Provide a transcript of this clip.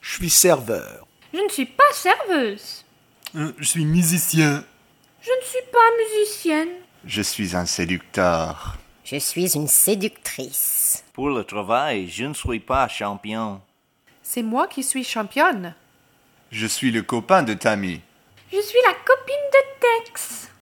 Je suis serveur. Je ne suis pas serveuse. Euh, je suis musicien. Je ne suis pas musicienne. Je suis un séducteur. Je suis une séductrice. Pour le travail, je ne suis pas champion. C'est moi qui suis championne. Je suis le copain de Tammy. Je suis la copine de Tex.